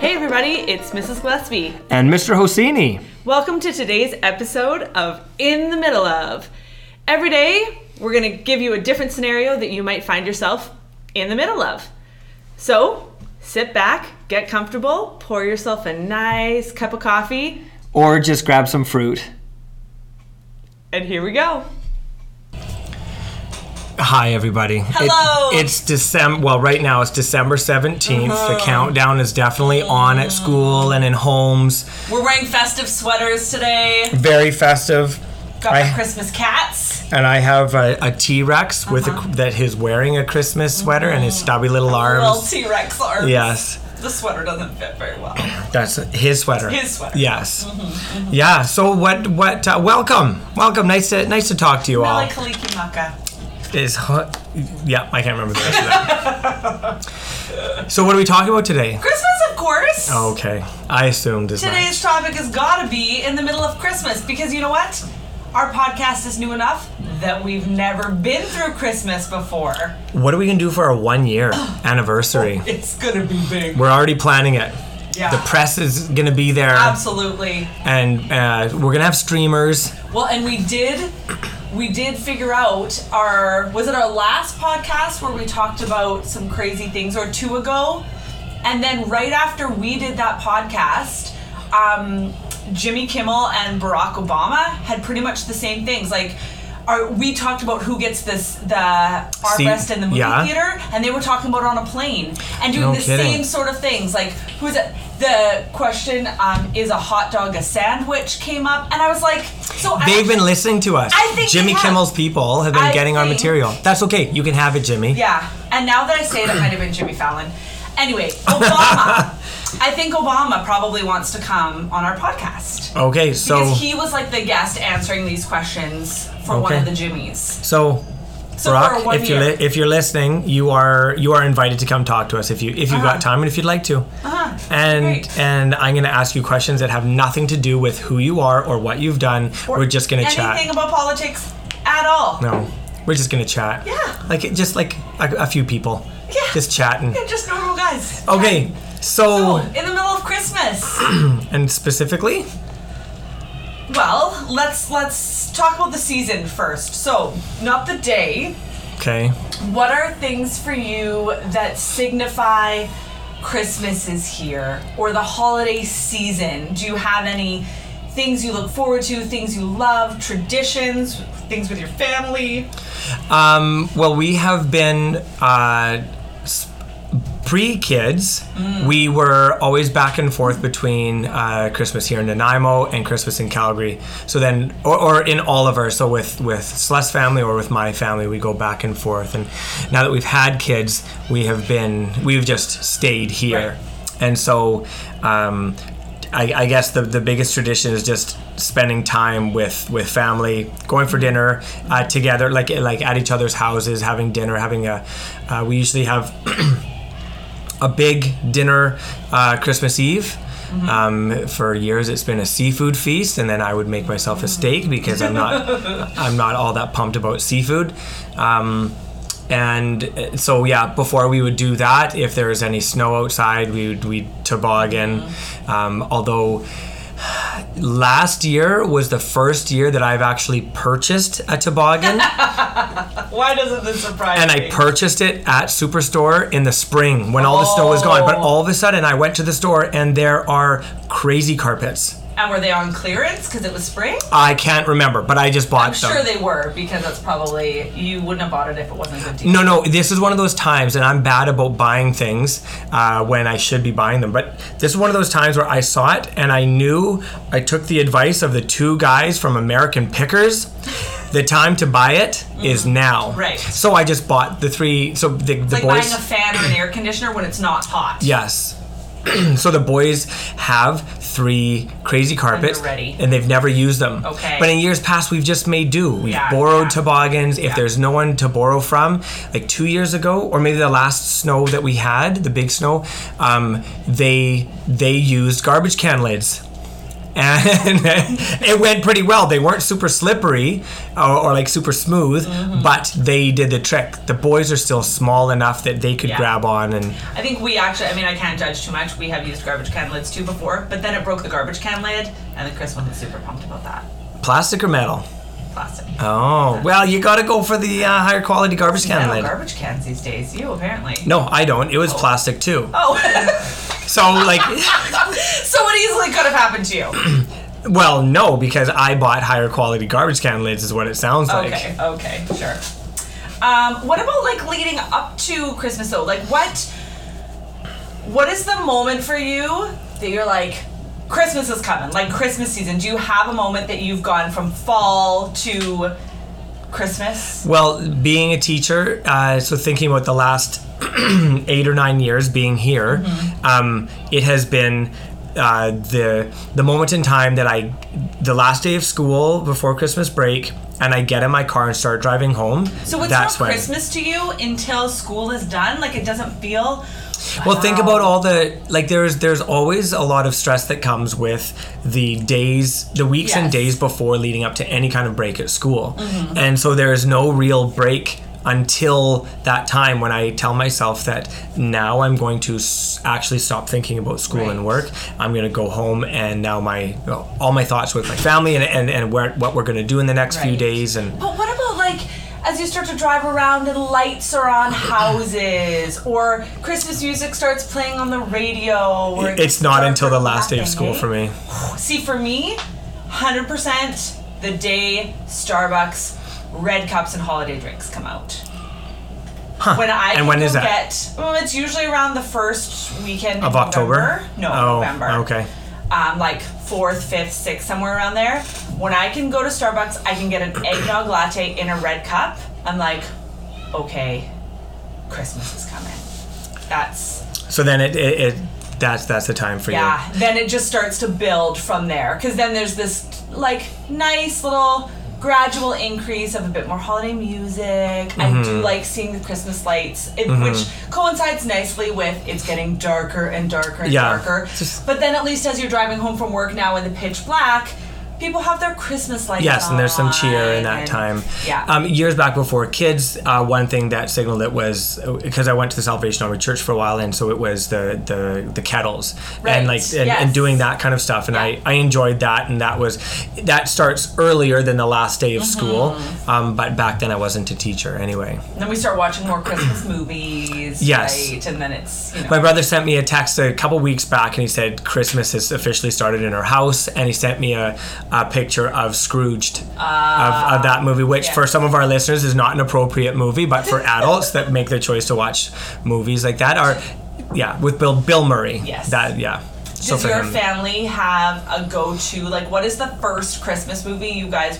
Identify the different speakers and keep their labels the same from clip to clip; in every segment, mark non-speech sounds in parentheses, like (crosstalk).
Speaker 1: Hey everybody, it's Mrs. Gillespie.
Speaker 2: And Mr. Hosseini.
Speaker 1: Welcome to today's episode of In the Middle of. Every day, we're going to give you a different scenario that you might find yourself in the middle of. So, sit back, get comfortable, pour yourself a nice cup of coffee,
Speaker 2: Or just grab some fruit.
Speaker 1: and here we go.
Speaker 2: Hi, everybody.
Speaker 1: Hello.
Speaker 2: It- it's December. Well, right now it's December 17th. The
Speaker 1: Uh-huh.
Speaker 2: countdown is definitely on at school and in homes.
Speaker 1: We're wearing festive sweaters today.
Speaker 2: Very festive.
Speaker 1: Got
Speaker 2: I-
Speaker 1: Christmas cats.
Speaker 2: And I have a, a T Rex with
Speaker 1: Uh-huh.
Speaker 2: a, that is wearing a Christmas sweater and his stubby little arms.
Speaker 1: T Rex arms.
Speaker 2: Yes,
Speaker 1: The sweater doesn't fit very well.
Speaker 2: that's his sweater.
Speaker 1: His sweater. Mm-hmm,
Speaker 2: Yes. Yeah. So what? What? Uh, welcome. Welcome. Nice to nice to talk to you all.
Speaker 1: Kaliki Maka.
Speaker 2: Is hot. Yeah, I can't remember the rest of that. so what are we talking about today?
Speaker 1: Christmas, of course.
Speaker 2: Okay, I assumed as
Speaker 1: Today's
Speaker 2: much.
Speaker 1: topic has got to be in the middle of Christmas because you know what? Our podcast is new enough that we've never been through Christmas before.
Speaker 2: What are we gonna do for our one year anniversary?
Speaker 1: It's gonna be big.
Speaker 2: We're already planning it.
Speaker 1: Yeah.
Speaker 2: The press is gonna be there,
Speaker 1: Absolutely.
Speaker 2: and uh, we're gonna have streamers.
Speaker 1: Well, and we did we did figure out our was it our last podcast where we talked about some crazy things or two ago? And then right after we did that podcast, um, Jimmy Kimmel and Barack Obama had pretty much the same things. Like our, we talked about who gets this the armrest in the movie
Speaker 2: yeah.
Speaker 1: theater, and they were talking about on a plane and doing
Speaker 2: No
Speaker 1: the
Speaker 2: kidding.
Speaker 1: same sort of things. Like who's it? The question um, is a hot dog a sandwich came up, and I was like, so I
Speaker 2: They've been listening to us.
Speaker 1: I think
Speaker 2: Jimmy
Speaker 1: they have.
Speaker 2: Kimmel's people have been
Speaker 1: I
Speaker 2: getting our
Speaker 1: think-
Speaker 2: material. That's okay. You can have it, Jimmy.
Speaker 1: Yeah, and now that I say it, I might have been Jimmy Fallon. Anyway,
Speaker 2: (laughs)
Speaker 1: Obama. I think Obama probably wants to come on our podcast
Speaker 2: Okay, Oh, so
Speaker 1: because he was like the guest answering these questions for one
Speaker 2: Okay.
Speaker 1: of the Jimmys.
Speaker 2: so.
Speaker 1: So for
Speaker 2: Brock,
Speaker 1: one
Speaker 2: if you're
Speaker 1: year.
Speaker 2: li- if you're listening, you are you are invited to come talk to us if you if you've got time and if you'd like to.
Speaker 1: Ah,
Speaker 2: And
Speaker 1: Uh-huh. Great.
Speaker 2: and I'm gonna ask you questions that have nothing to do with who you are or what you've done. we're just gonna
Speaker 1: anything
Speaker 2: chat.
Speaker 1: about politics at all?
Speaker 2: no, we're just gonna chat.
Speaker 1: Yeah.
Speaker 2: Like it- just like a, a few people.
Speaker 1: Yeah.
Speaker 2: Just chatting.
Speaker 1: They're just normal guys.
Speaker 2: Okay. So
Speaker 1: Oh, in the middle of Christmas.
Speaker 2: and specifically,
Speaker 1: well, let's let's talk about the season first. So, not the day,
Speaker 2: okay.
Speaker 1: What are things for you that signify Christmas is here or the holiday season? Do you have any things you look forward to, things you love, traditions, things with your family?
Speaker 2: Um, well, we have been uh, pre kids. We were always back and forth between uh, Christmas here in Nanaimo and Christmas in Calgary. So then, or, or in Oliver. So with with Celeste family or with my family, we go back and forth. And now that we've had kids, we have been we've just stayed here. And so. Um, I, I guess the, the biggest tradition is just spending time with, with family, going for dinner uh, together, like like at each other's houses, having dinner, having a. Uh, we usually have a big dinner uh, Christmas Eve. Um, for years, it's been a seafood feast, and then I would make myself a steak because I'm not I'm not all that pumped about seafood. Um, and uh, so yeah, before we would do that, if there was any snow outside, we would we would toboggan. Um, although last year was the first year that I've actually purchased a toboggan.
Speaker 1: Why doesn't this surprise
Speaker 2: and I purchased it at Superstore in the spring when all the snow was gone. But
Speaker 1: Oh.
Speaker 2: all of a sudden, I went to the store and there are crazy carpets.
Speaker 1: and were they on clearance because it was spring?
Speaker 2: I can't remember, but I just bought
Speaker 1: I'm
Speaker 2: them.
Speaker 1: sure they were because that's probably you wouldn't have bought it if it wasn't a good deal.
Speaker 2: no, no, this is one of those times, and I'm bad about buying things uh, when I should be buying them. But this is one of those times where I saw it and I knew I took the advice of the two guys from American Pickers. The time to buy it is now.
Speaker 1: Mm-hmm. Right.
Speaker 2: So I just bought the three. So the, the
Speaker 1: It's like
Speaker 2: boys.
Speaker 1: buying a fan or an air conditioner when it's not hot.
Speaker 2: Yes. (clears throat) so the boys have three crazy carpets,
Speaker 1: they're ready.
Speaker 2: and they've never used them.
Speaker 1: Okay.
Speaker 2: But in years past, we've just made do. We've
Speaker 1: Yeah,
Speaker 2: borrowed
Speaker 1: yeah.
Speaker 2: toboggans. If there's no one to borrow from, like two years ago, or maybe the last snow that we had, the big snow, um, they they used garbage can lids. (laughs) and it went pretty well. They weren't super slippery or, or like super smooth,
Speaker 1: Mm-hmm.
Speaker 2: but they did the trick. The boys are still small enough that they could
Speaker 1: Yeah.
Speaker 2: grab on and
Speaker 1: I think we actually, I mean, I can't judge too much. We have used garbage can lids too before, but then it broke the garbage can lid, and then Chris wasn't super pumped about that.
Speaker 2: plastic or metal.
Speaker 1: Plastic.
Speaker 2: Oh well, you gotta go for the uh, higher quality garbage can
Speaker 1: Metal
Speaker 2: lid.
Speaker 1: garbage cans these days. You apparently.
Speaker 2: no, I don't. It was plastic too.
Speaker 1: Oh, (laughs)
Speaker 2: So like,
Speaker 1: so it easily could have happened to you.
Speaker 2: well, no, because I bought higher quality garbage can lids is what it sounds (clears throat) like.
Speaker 1: Okay, okay, sure. Um, what about like leading up to Christmas though? Like what what is the moment for you that you're like Christmas is coming, like Christmas season. Do you have a moment that you've gone from fall to Christmas?
Speaker 2: Well, being a teacher, uh, so thinking about the last (clears throat) eight or nine years being here,
Speaker 1: Mm-hmm.
Speaker 2: um, it has been uh, the the moment in time that I, the last day of school before Christmas break, and I get in my car and start driving home.
Speaker 1: So it's
Speaker 2: that's
Speaker 1: not
Speaker 2: when.
Speaker 1: Christmas to you until school is done. Like it doesn't feel
Speaker 2: Well, think about all the like. There's there's always a lot of stress that comes with the days, the weeks and
Speaker 1: Yes. Mm-hmm.
Speaker 2: days before leading up to any kind of break at school, and so there is no real break until that time when I tell myself that now I'm going to s- actually stop thinking about school and
Speaker 1: Right.
Speaker 2: work. I'm going to go home and now my all my thoughts with my family and and, and where, what we're going to do in the next few
Speaker 1: Right.
Speaker 2: days and
Speaker 1: But what about like as you start to drive around and lights are on houses or Christmas music starts playing on the radio? Or
Speaker 2: it's not until the last day of school for me.
Speaker 1: See, for me, 100% the day Starbucks red cups and holiday drinks come out. When I
Speaker 2: And
Speaker 1: can
Speaker 2: when is
Speaker 1: go
Speaker 2: that?
Speaker 1: Get, well, it's usually around the first weekend
Speaker 2: Of
Speaker 1: in
Speaker 2: October?
Speaker 1: November. No,
Speaker 2: oh,
Speaker 1: November
Speaker 2: Okay.
Speaker 1: um, like fourth, fifth, sixth, somewhere around there. When I can go to Starbucks, I can get an eggnog latte in a red cup. I'm like, okay, Christmas is coming. That's
Speaker 2: So then it, it, it that's that's the time for
Speaker 1: yeah. Then it just starts to build from there because then there's this like nice little gradual increase of a bit more holiday music. I
Speaker 2: Mm-hmm.
Speaker 1: do like seeing the Christmas lights, it, which coincides nicely with it's getting darker and darker and
Speaker 2: Yeah.
Speaker 1: darker.
Speaker 2: Just-
Speaker 1: but then at least as you're driving home from work now in the pitch black, people have their Christmas lights.
Speaker 2: you. Yes, and there's some cheer in that
Speaker 1: on,
Speaker 2: time.
Speaker 1: Yeah.
Speaker 2: Um, years back before kids, uh, one thing that signaled it was because I went to the Salvation Army Church for a while, and so it was the the, the kettles
Speaker 1: Right,
Speaker 2: and like and,
Speaker 1: yes.
Speaker 2: and doing that kind of stuff, and
Speaker 1: Yeah.
Speaker 2: I, I enjoyed that, and that was that starts earlier than the last day of
Speaker 1: Mm-hmm.
Speaker 2: school. Um, but back then I wasn't a teacher anyway.
Speaker 1: then we start watching more Christmas movies.
Speaker 2: Yes.
Speaker 1: Right? And then it's you know,
Speaker 2: My brother sent me a text a couple weeks back and he said Christmas has officially started in our house. And he sent me a, a picture of Scrooged of, of that movie, which
Speaker 1: Ah, yeah.
Speaker 2: for some of our listeners is not an appropriate movie, but
Speaker 1: (laughs)
Speaker 2: for adults that make the choice to watch movies like that are, yeah, with Bill, Bill Murray.
Speaker 1: Yes.
Speaker 2: That, yeah. So
Speaker 1: Does
Speaker 2: for
Speaker 1: your
Speaker 2: him.
Speaker 1: family have a go-to? Like, what is the first Christmas movie you guys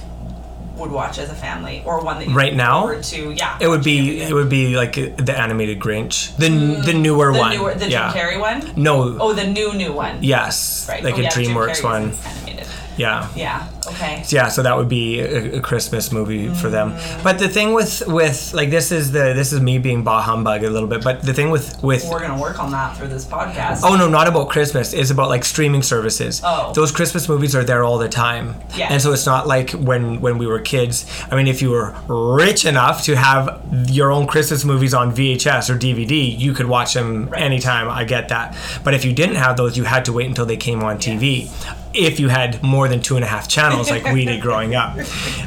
Speaker 1: would watch as a family, or one that you
Speaker 2: Right
Speaker 1: look
Speaker 2: now?
Speaker 1: forward to? Yeah,
Speaker 2: it would be it would be like the animated Grinch, the the newer
Speaker 1: Mm, the
Speaker 2: one,
Speaker 1: newer, the
Speaker 2: yeah.
Speaker 1: Jim Carrey one.
Speaker 2: No,
Speaker 1: Oh, the new new one.
Speaker 2: yes,
Speaker 1: right.
Speaker 2: like
Speaker 1: oh,
Speaker 2: a
Speaker 1: yeah, Jim
Speaker 2: DreamWorks
Speaker 1: Carrey's
Speaker 2: one,
Speaker 1: is Animated.
Speaker 2: yeah.
Speaker 1: Yeah. Okay.
Speaker 2: yeah so that would be a, a christmas movie for them but the thing with with like this is the this is me being bah humbug a little bit but the thing with with
Speaker 1: We're gonna work on that through this podcast.
Speaker 2: Oh no, not about Christmas. It's about like streaming services.
Speaker 1: Oh.
Speaker 2: Those Christmas movies are there all the time.
Speaker 1: Yeah.
Speaker 2: And so it's not like when when we were kids. I mean, if you were rich enough to have your own Christmas movies on VHS or DVD, you could watch them anytime. I get that. But if you didn't have those, you had to wait until they came on TV. If you had more than two and a half channels, like we did growing
Speaker 1: (laughs)
Speaker 2: up,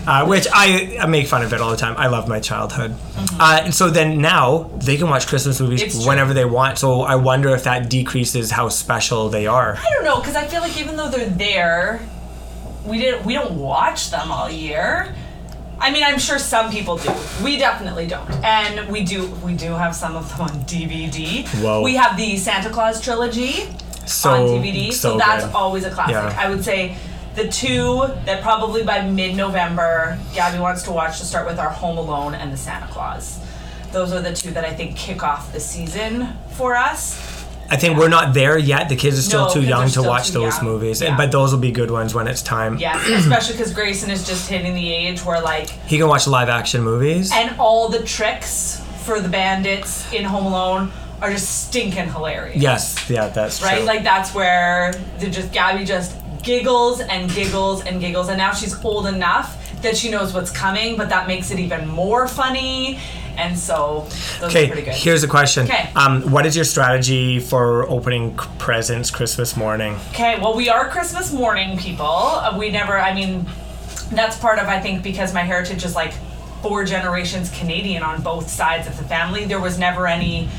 Speaker 2: uh, which I, I make fun of it all the time. I love my childhood.
Speaker 1: Mm-hmm.
Speaker 2: Uh, and so then now they can watch Christmas movies
Speaker 1: It's true.
Speaker 2: whenever whatever they want. So I wonder if that decreases how special they are.
Speaker 1: I don't know, because I feel like even though they're there, we didn't we don't watch them all year. I mean, I'm sure some people do. We definitely don't, and we do we do have some of them on DVD.
Speaker 2: Whoa.
Speaker 1: We have the Santa Claus trilogy
Speaker 2: So
Speaker 1: on DVD, so,
Speaker 2: so
Speaker 1: that's
Speaker 2: good.
Speaker 1: always a classic.
Speaker 2: Yeah.
Speaker 1: I would say the two that probably by mid-November Gabby wants to watch to start with are Home Alone and the Santa Claus. Those are the two that I think kick off the season for us.
Speaker 2: I think we're not there yet. The kids are still
Speaker 1: No,
Speaker 2: too
Speaker 1: kids are
Speaker 2: young
Speaker 1: still
Speaker 2: to watch
Speaker 1: too
Speaker 2: those
Speaker 1: young.
Speaker 2: movies,
Speaker 1: Yeah.
Speaker 2: and, but those will be good ones when it's time.
Speaker 1: Yes, especially because Grayson is just hitting the age where like
Speaker 2: He can watch live action movies.
Speaker 1: and all the tricks for the bandits in Home Alone are just stinking hilarious.
Speaker 2: yes, yeah, that's
Speaker 1: Right?
Speaker 2: true.
Speaker 1: Like that's where they just Gabby just giggles and giggles and giggles, and now she's old enough that she knows what's coming, but that makes it even more funny. And so those are pretty
Speaker 2: Okay,
Speaker 1: good.
Speaker 2: here's a question.
Speaker 1: 'Kay.
Speaker 2: Um, what is your strategy for opening c- presents Christmas morning?
Speaker 1: Okay, well, we are Christmas morning people. Uh, We never, I mean, that's part of, I think, because my heritage is like four generations Canadian on both sides of the family. There was never any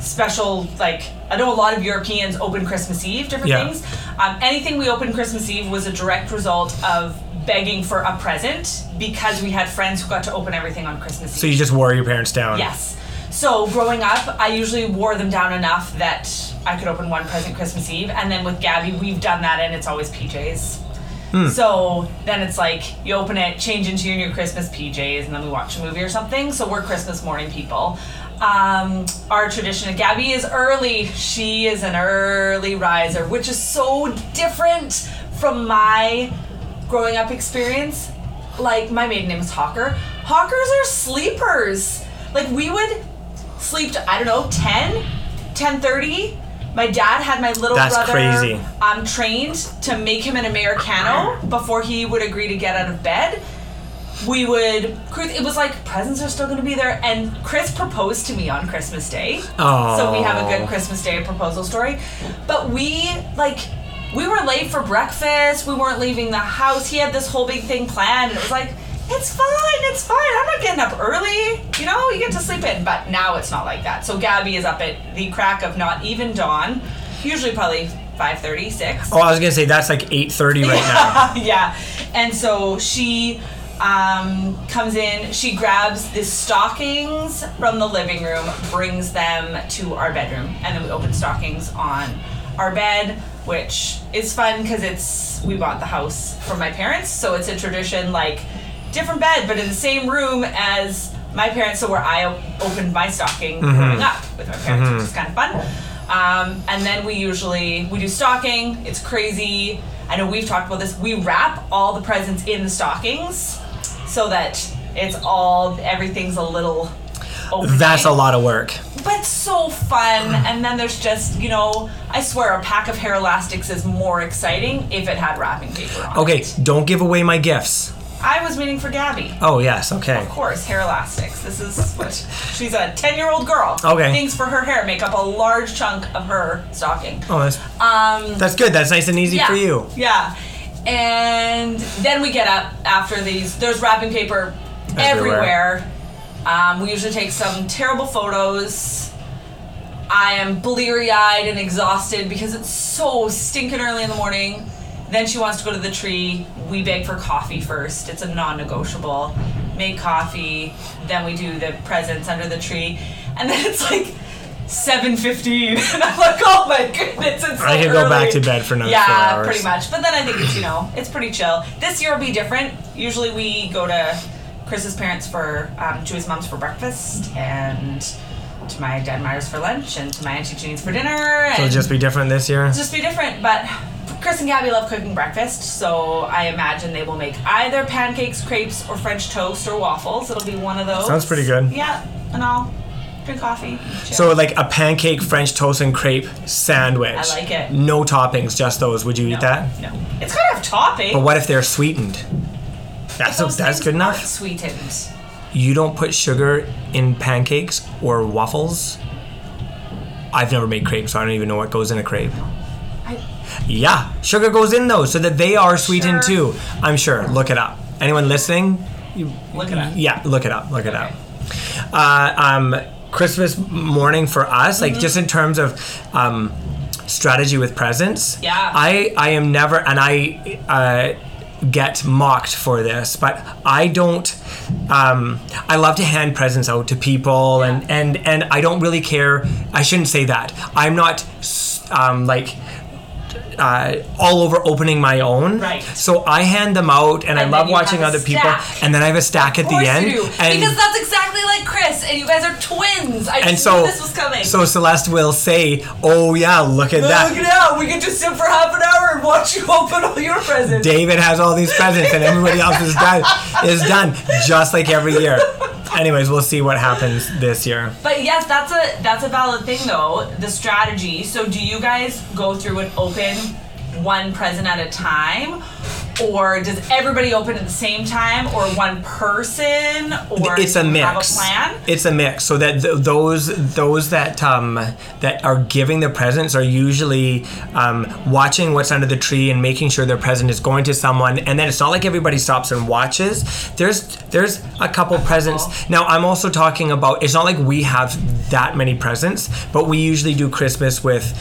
Speaker 1: special, like, I know a lot of Europeans open Christmas Eve, different
Speaker 2: Yeah.
Speaker 1: things. Um, anything we opened Christmas Eve was a direct result of begging for a present because we had friends who got to open everything on Christmas Eve.
Speaker 2: So you just wore your parents down.
Speaker 1: Yes. So growing up, I usually wore them down enough that I could open one present Christmas Eve, and then with Gabby, we've done that, and it's always PJs. So then it's like you open it, change into your new Christmas PJs, and then we watch a movie or something. So we're Christmas morning people. Um, our tradition, Gabby is early. She is an early riser, which is so different from my growing up experience. Like my maiden name is Hawker. Hawkers are sleepers. Like we would sleep to, I don't know, 10, 10.30. My dad had my little
Speaker 2: That's
Speaker 1: brother
Speaker 2: crazy.
Speaker 1: um, trained to make him an Americano before he would agree to get out of bed. We would cruise. It was like presents are still going to be there, and Chris proposed to me on Christmas Day.
Speaker 2: Oh,
Speaker 1: So we have a
Speaker 2: Aw.
Speaker 1: good Christmas Day proposal story. But we like we were late for breakfast. We weren't leaving the house. He had this whole big thing planned, and it was like. It's fine, it's fine. I'm not getting up early. You know, you get to sleep in. But now it's not like that. So Gabby is up at the crack of not even dawn, usually probably 5:30, 6
Speaker 2: Oh, I was gonna say that's like 8:30
Speaker 1: (laughs)
Speaker 2: right now.
Speaker 1: yeah. And so she um, comes in, she grabs the stockings from the living room, brings them to our bedroom, and then we open stockings on our bed, which is fun because it's we bought the house from my parents, so it's a tradition like different bed, but in the same room as my parents, so where I op- opened my stocking
Speaker 2: Mm-hmm.
Speaker 1: growing up with my parents, which is kind of fun. Um, and then we usually we do stocking. It's crazy. I know we've talked about this. We wrap all the presents in the stockings so that it's all everything's a little. opening
Speaker 2: That's a lot of work.
Speaker 1: but so fun. And then there's just, you know, I swear a pack of hair elastics is more exciting if it had wrapping paper on
Speaker 2: Okay,
Speaker 1: it.
Speaker 2: don't give away my gifts.
Speaker 1: I was waiting for Gabby. Of
Speaker 2: Oh yes, okay.
Speaker 1: course, hair elastics. This is what she's a 10 year old girl.
Speaker 2: Okay.
Speaker 1: Things for her hair make up a large chunk of her stocking.
Speaker 2: Oh, that's
Speaker 1: Um,
Speaker 2: that's good. That's nice and easy
Speaker 1: yeah,
Speaker 2: for you.
Speaker 1: Yeah. And then we get up after these. There's wrapping paper
Speaker 2: Everywhere.
Speaker 1: everywhere. Um, we usually take some terrible photos. I am bleary eyed and exhausted because it's so stinking early in the morning. Then she wants to go to the tree. We beg for coffee first, it's a non negotiable. Make coffee, then we do the presents under the tree. And then it's like 7.15 and (laughs) I'm like, oh my goodness, it's so
Speaker 2: I can go back
Speaker 1: early."
Speaker 2: to bed for another
Speaker 1: yeah,
Speaker 2: four hours.
Speaker 1: pretty much. But then I think it's you know it's pretty chill. This year will be different. Usually we go to Chris's parents for um, to his mom's for breakfast and to my dad Myers for lunch and to my auntie Jean's for dinner. And
Speaker 2: It'll just be different this year.
Speaker 1: just be different. But Chris and Gabby love cooking breakfast, so I imagine they will make either pancakes, crepes, or French toast or waffles. It'll be one of those.
Speaker 2: Sounds pretty good.
Speaker 1: Yeah, and I'll drink coffee. chill.
Speaker 2: So like a pancake, French toast, and crepe sandwich.
Speaker 1: I like it.
Speaker 2: No toppings, just those. Would you
Speaker 1: no,
Speaker 2: eat that?
Speaker 1: No, it's kind of topping.
Speaker 2: But what if they're sweetened? That's
Speaker 1: Those things
Speaker 2: that's good
Speaker 1: aren't
Speaker 2: enough.
Speaker 1: Sweetened.
Speaker 2: You don't put sugar in pancakes or waffles. I've never made crepes, so I don't even know what goes in a crepe.
Speaker 1: I,
Speaker 2: Yeah, sugar goes in though, so that they are sweetened
Speaker 1: Sure.
Speaker 2: too. I'm sure. Look it up. Anyone listening?
Speaker 1: look at that.
Speaker 2: Yeah, look it up. Look it
Speaker 1: Okay.
Speaker 2: up. Uh, um, Christmas morning for us,
Speaker 1: Mm-hmm.
Speaker 2: like just in terms of um, strategy with presents.
Speaker 1: Yeah.
Speaker 2: I I am never, and I uh, get mocked for this, but I don't. Um, I love to hand presents out to people, and and and I don't really care. I shouldn't say that. I'm not s- um, like. Uh, all over opening my own,
Speaker 1: Right.
Speaker 2: so I hand them out, and, I
Speaker 1: And
Speaker 2: love
Speaker 1: then you
Speaker 2: watching
Speaker 1: have a
Speaker 2: other people.
Speaker 1: stack.
Speaker 2: And then I have a stack at
Speaker 1: Of course
Speaker 2: the end,
Speaker 1: you do.
Speaker 2: and
Speaker 1: because that's exactly like Chris, and you guys are twins. I
Speaker 2: and
Speaker 1: just
Speaker 2: so
Speaker 1: knew this was coming.
Speaker 2: so Celeste will say, "Oh yeah, look at
Speaker 1: Look
Speaker 2: that."
Speaker 1: it out. We could just sit for half an hour and watch you (laughs) open all your presents.
Speaker 2: David has all these presents, and everybody else is done is done just like every year. Anyways, we'll see what happens this year.
Speaker 1: But yes, that's a that's a valid thing though. The strategy. So do you guys go through and open one present at a time? Or does everybody open at the same time, or one person, or
Speaker 2: it's a
Speaker 1: do you
Speaker 2: mix.
Speaker 1: Have a plan?
Speaker 2: It's a mix. So that th- those those that um that are giving the presents are usually um, watching what's under the tree and making sure their present is going to someone. And then it's not like everybody stops and watches. There's there's a couple presents. Now I'm also talking about. It's not like we have that many presents, but we usually do Christmas with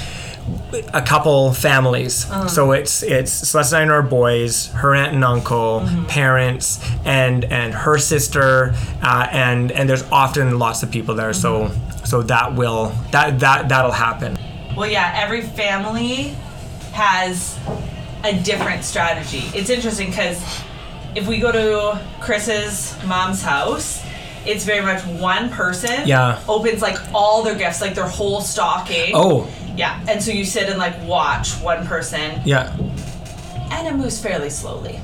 Speaker 2: a couple families.
Speaker 1: Uh-huh.
Speaker 2: So it's it's Celeste and I and our boys, her aunt and uncle,
Speaker 1: Mm-hmm.
Speaker 2: parents, and and her sister, uh, and and there's often lots of people there.
Speaker 1: Mm-hmm.
Speaker 2: So so that will that that that'll happen.
Speaker 1: Well, yeah, every family has a different strategy. It's interesting because if we go to Chris's mom's house, it's very much one person
Speaker 2: Yeah.
Speaker 1: opens like all their gifts, like their whole stocking.
Speaker 2: Oh
Speaker 1: Yeah, and so you sit and like watch one person,
Speaker 2: yeah,
Speaker 1: and it moves fairly slowly.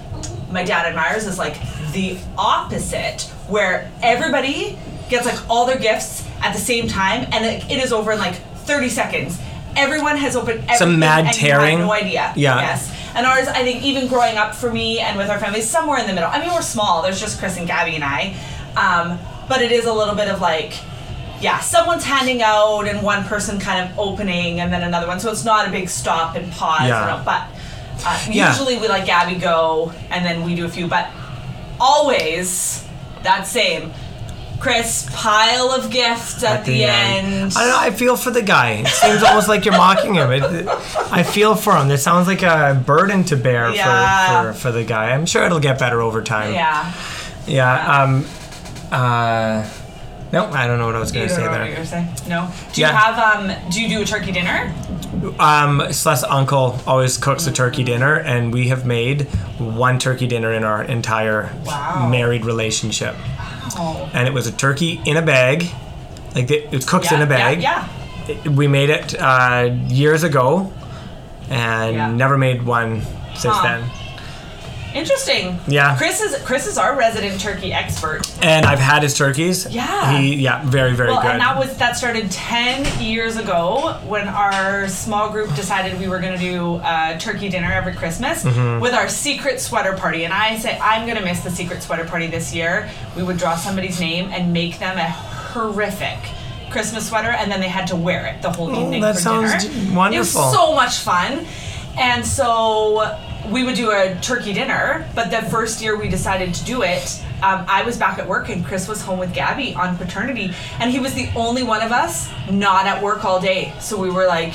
Speaker 1: My dad admires is like the opposite, where everybody gets like all their gifts at the same time, and it, it is over in like 30 seconds. Everyone has opened everything.
Speaker 2: mad
Speaker 1: and you have
Speaker 2: tearing.
Speaker 1: no idea.
Speaker 2: Yeah.
Speaker 1: Yes. And ours, I think, even growing up for me and with our family, is somewhere in the middle. I mean, we're small. There's just Chris and Gabby and I, um, but it is a little bit of like. Yeah, someone's handing out and one person kind of opening and then another one. So it's not a big stop and pause. and
Speaker 2: Yeah.
Speaker 1: a- but uh,
Speaker 2: Yeah.
Speaker 1: usually we let Gabby go and then we do a few, but always that same. Chris, pile of gifts at, the, end.
Speaker 2: I don't know. I feel for the guy. It seems almost like you're mocking him. It, it- I feel for him. That sounds like a burden to bear
Speaker 1: Yeah.
Speaker 2: for, for for the guy. I'm sure it'll get better over time.
Speaker 1: Yeah.
Speaker 2: Yeah. Um. Uh. No, I don't know what I was
Speaker 1: You
Speaker 2: gonna
Speaker 1: don't
Speaker 2: say
Speaker 1: know
Speaker 2: there.
Speaker 1: what you were saying. No. Do you
Speaker 2: Yeah.
Speaker 1: have um do you do a turkey dinner?
Speaker 2: Um, Celeste's uncle always cooks a turkey
Speaker 1: Mm-hmm.
Speaker 2: dinner, and we have made one turkey dinner in our entire
Speaker 1: Wow.
Speaker 2: married relationship.
Speaker 1: Oh.
Speaker 2: And it was a turkey in a bag, like it, it cooks in a bag.
Speaker 1: Yeah.
Speaker 2: We made it uh, years ago, and
Speaker 1: Yeah.
Speaker 2: never made one since
Speaker 1: Huh.
Speaker 2: then.
Speaker 1: yeah. Interesting.
Speaker 2: Yeah.
Speaker 1: Chris is Chris is our resident turkey expert.
Speaker 2: And I've had his turkeys.
Speaker 1: Yeah.
Speaker 2: He, yeah, very, very
Speaker 1: Well,
Speaker 2: good.
Speaker 1: and that was that started ten years ago when our small group decided we were going to do uh, turkey dinner every Christmas
Speaker 2: Mm-hmm.
Speaker 1: with our secret sweater party. And I say I'm going to miss the secret sweater party this year. We would draw somebody's name and make them a horrific Christmas sweter, and then they had to wear it the whole evening.
Speaker 2: Oh, that
Speaker 1: for
Speaker 2: sounds
Speaker 1: dinner.
Speaker 2: d- wonderful.
Speaker 1: It was so much fun, and so. We would do a turkey dinner, but the first year we decided to do it, um, I was back at work and Chris was home with Gabby on paternity, and he was the only one of us not at work all day. So we were like,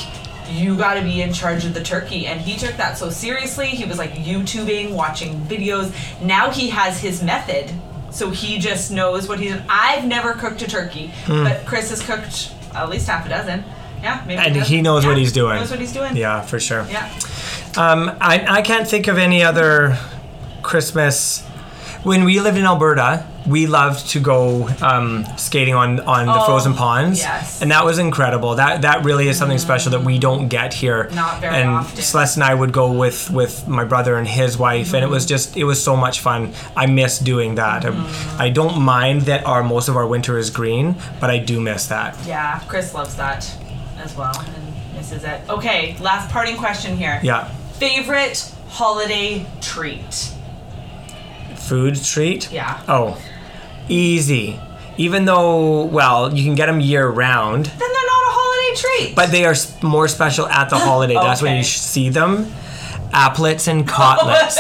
Speaker 1: "You got to be in charge of the turkey," and he took that so seriously. He was like YouTubing, watching videos. Now he has his method, so he just knows what he's. I've never cooked a turkey, but Chris has cooked at least half a dozen. Yeah, maybe. a
Speaker 2: and
Speaker 1: dozen.
Speaker 2: he knows what
Speaker 1: Yeah,
Speaker 2: he's doing.
Speaker 1: Knows what he's doing.
Speaker 2: Yeah, for sure.
Speaker 1: Yeah.
Speaker 2: Um, I, I can't think of any other Christmas. When we lived in Alberta, we loved to go um, skating on, on the
Speaker 1: Oh,
Speaker 2: frozen ponds,
Speaker 1: yes. Mm-hmm.
Speaker 2: and that was incredible. That that really is something special that we don't get here.
Speaker 1: Not very
Speaker 2: and
Speaker 1: often.
Speaker 2: Celeste and I would go with with my brother and his wife, and it was
Speaker 1: Mm-hmm.
Speaker 2: just it was so much fun. I miss doing that. I-
Speaker 1: Mm-hmm.
Speaker 2: I don't mind that our most of our winter is green, but I do miss that.
Speaker 1: Yeah, Chris loves that as well and misses it. Okay, last parting question here.
Speaker 2: Yeah,
Speaker 1: Favorite holiday treat?
Speaker 2: food treat.
Speaker 1: Yeah.
Speaker 2: Oh, easy. Even though, well, you can get them year round,
Speaker 1: Then they're not a holiday treat.
Speaker 2: but they are s- more special at the holiday. That's when
Speaker 1: Okay.
Speaker 2: you sh- see them.
Speaker 1: (laughs)
Speaker 2: Applets and cotlets.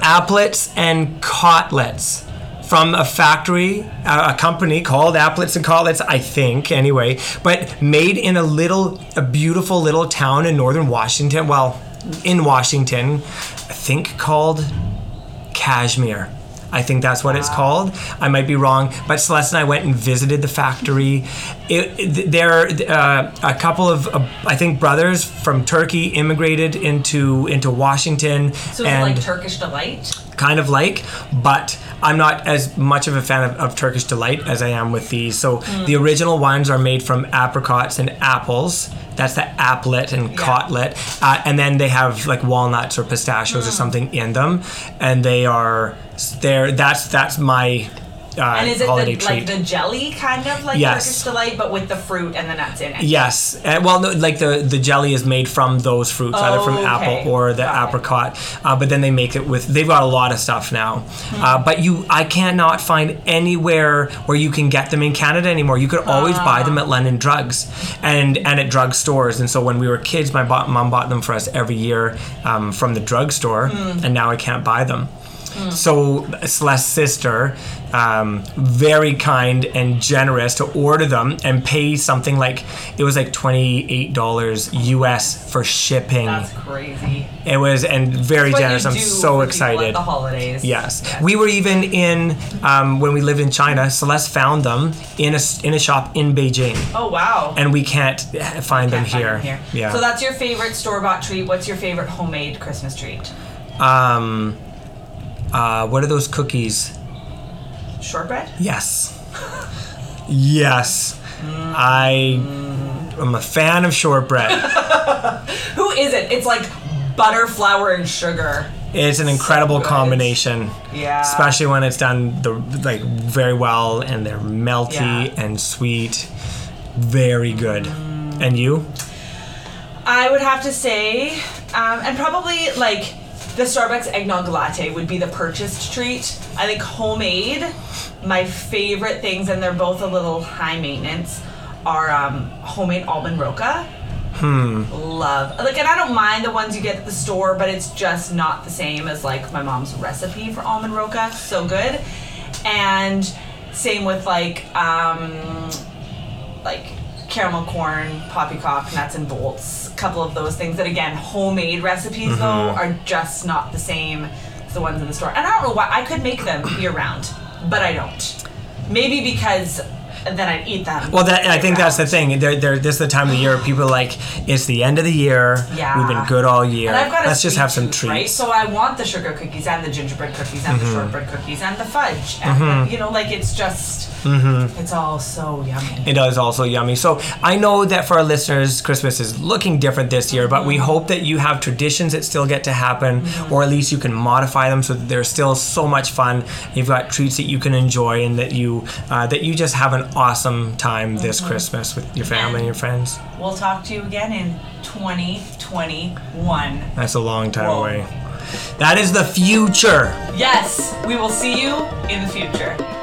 Speaker 2: Applets and cotlets from a factory, uh, a company called Applets and Cotlets, I think, anyway, but made in a little, a beautiful little town in northern Washington. Well, in Washington, I think called Kashmir. I think that's what it's called. I might be wrong, but Celeste and I went and visited the factory. It, it- there, uh, a couple of, uh, I think, brothers from Turkey immigrated into into Washington,
Speaker 1: so is
Speaker 2: and
Speaker 1: it like Turkish delight?
Speaker 2: kind of like. But I'm not as much of a fan of, of Turkish delight as I am with these. So
Speaker 1: Mm.
Speaker 2: the original ones are made from apricots and apples. That's the applet and cotlet, uh, and then they have like walnuts or
Speaker 1: Mm.
Speaker 2: pistachios or something in them, and they are there. That's that's my uh,
Speaker 1: And is it
Speaker 2: holiday
Speaker 1: the, like
Speaker 2: treat.
Speaker 1: the jelly kind of like
Speaker 2: Yes.
Speaker 1: Turkish delight, but with the fruit and the nuts in it?
Speaker 2: Yes. Uh, well, no, like the, the jelly is made from those fruits, either from
Speaker 1: Oh, Okay.
Speaker 2: apple or the
Speaker 1: Got it.
Speaker 2: apricot. Uh, but then they make it with. They've got a lot of stuff now. Uh, but you, I cannot find anywhere where you can get them in Canada anymore. You could always buy them at London Drugs and and at drug stores. And so when we were kids, my bo- mom bought them for us every year um, from the drugstore, and now I can't buy them. So Celeste's sister, um, very kind and generous to order them and pay something like it was like twenty eight dollars US for shipping.
Speaker 1: That's crazy.
Speaker 2: it was and very
Speaker 1: What you
Speaker 2: generous. I'm
Speaker 1: do
Speaker 2: so
Speaker 1: for people At
Speaker 2: excited.
Speaker 1: the holidays.
Speaker 2: Yes, we were even in um, when we lived in China. Celeste found them in a s- in a shop in Beijing,
Speaker 1: Oh wow.
Speaker 2: and we can't eh, find, them,
Speaker 1: Can't find
Speaker 2: here.
Speaker 1: them here.
Speaker 2: Yeah.
Speaker 1: So that's your favorite store bought treat. What's your favorite homemade Christmas treat?
Speaker 2: um, uh, what are those cookies?
Speaker 1: Shortbread?
Speaker 2: Yes. yes. I am a fan
Speaker 1: (laughs)
Speaker 2: of shortbread.
Speaker 1: Who is it? It's like butter, flour, and sugar.
Speaker 2: It's an incredible
Speaker 1: good.
Speaker 2: combination.
Speaker 1: Yeah.
Speaker 2: Especially when it's done the like very well and they're melty
Speaker 1: Yeah.
Speaker 2: and sweet. Very good. And you?
Speaker 1: I would have to say, um, and probably like the Starbucks eggnog latte would be the purchased treat. I think homemade, my favorite things, and they're both a little high maintenance, are um, homemade almond roca. Hmm. Love. Like, and I don't mind the ones you get at the store, but it's just not the same as like my mom's recipe for almond roca. So good. And same with like, um, like caramel corn, poppycock, nuts and bolts, a couple of those things that again, homemade recipes though are just not the same as the ones in the store. And I don't know why I could make them year round, but I don't. Maybe because then I'd eat them.
Speaker 2: Well, that, I think that's the thing. They're, they're, this is the time of the year where people are like, it's the end of the year.
Speaker 1: Yeah.
Speaker 2: We've been good all year.
Speaker 1: And I've got a
Speaker 2: Let's just
Speaker 1: sweet
Speaker 2: have some
Speaker 1: tooth, Right?
Speaker 2: treats. Mm-hmm.
Speaker 1: So I want the sugar cookies and the gingerbread cookies and the shortbread cookies and the fudge. And the, you know, like it's just,
Speaker 2: Mm-hmm.
Speaker 1: it's all so yummy.
Speaker 2: It is also yummy. So I know that for our listeners, Christmas is looking different this year, but
Speaker 1: Mm-hmm.
Speaker 2: we hope that you have traditions that still get to happen, or at least you can modify them so that they're still so much fun. You've got treats that you can enjoy, and that you uh, that you just have an awesome time this
Speaker 1: Mm-hmm.
Speaker 2: Christmas with your family and your friends.
Speaker 1: We'll talk to you again in 2021.
Speaker 2: That's a long time
Speaker 1: Whoa.
Speaker 2: away. That is the future.
Speaker 1: Yes, we will see you in the future.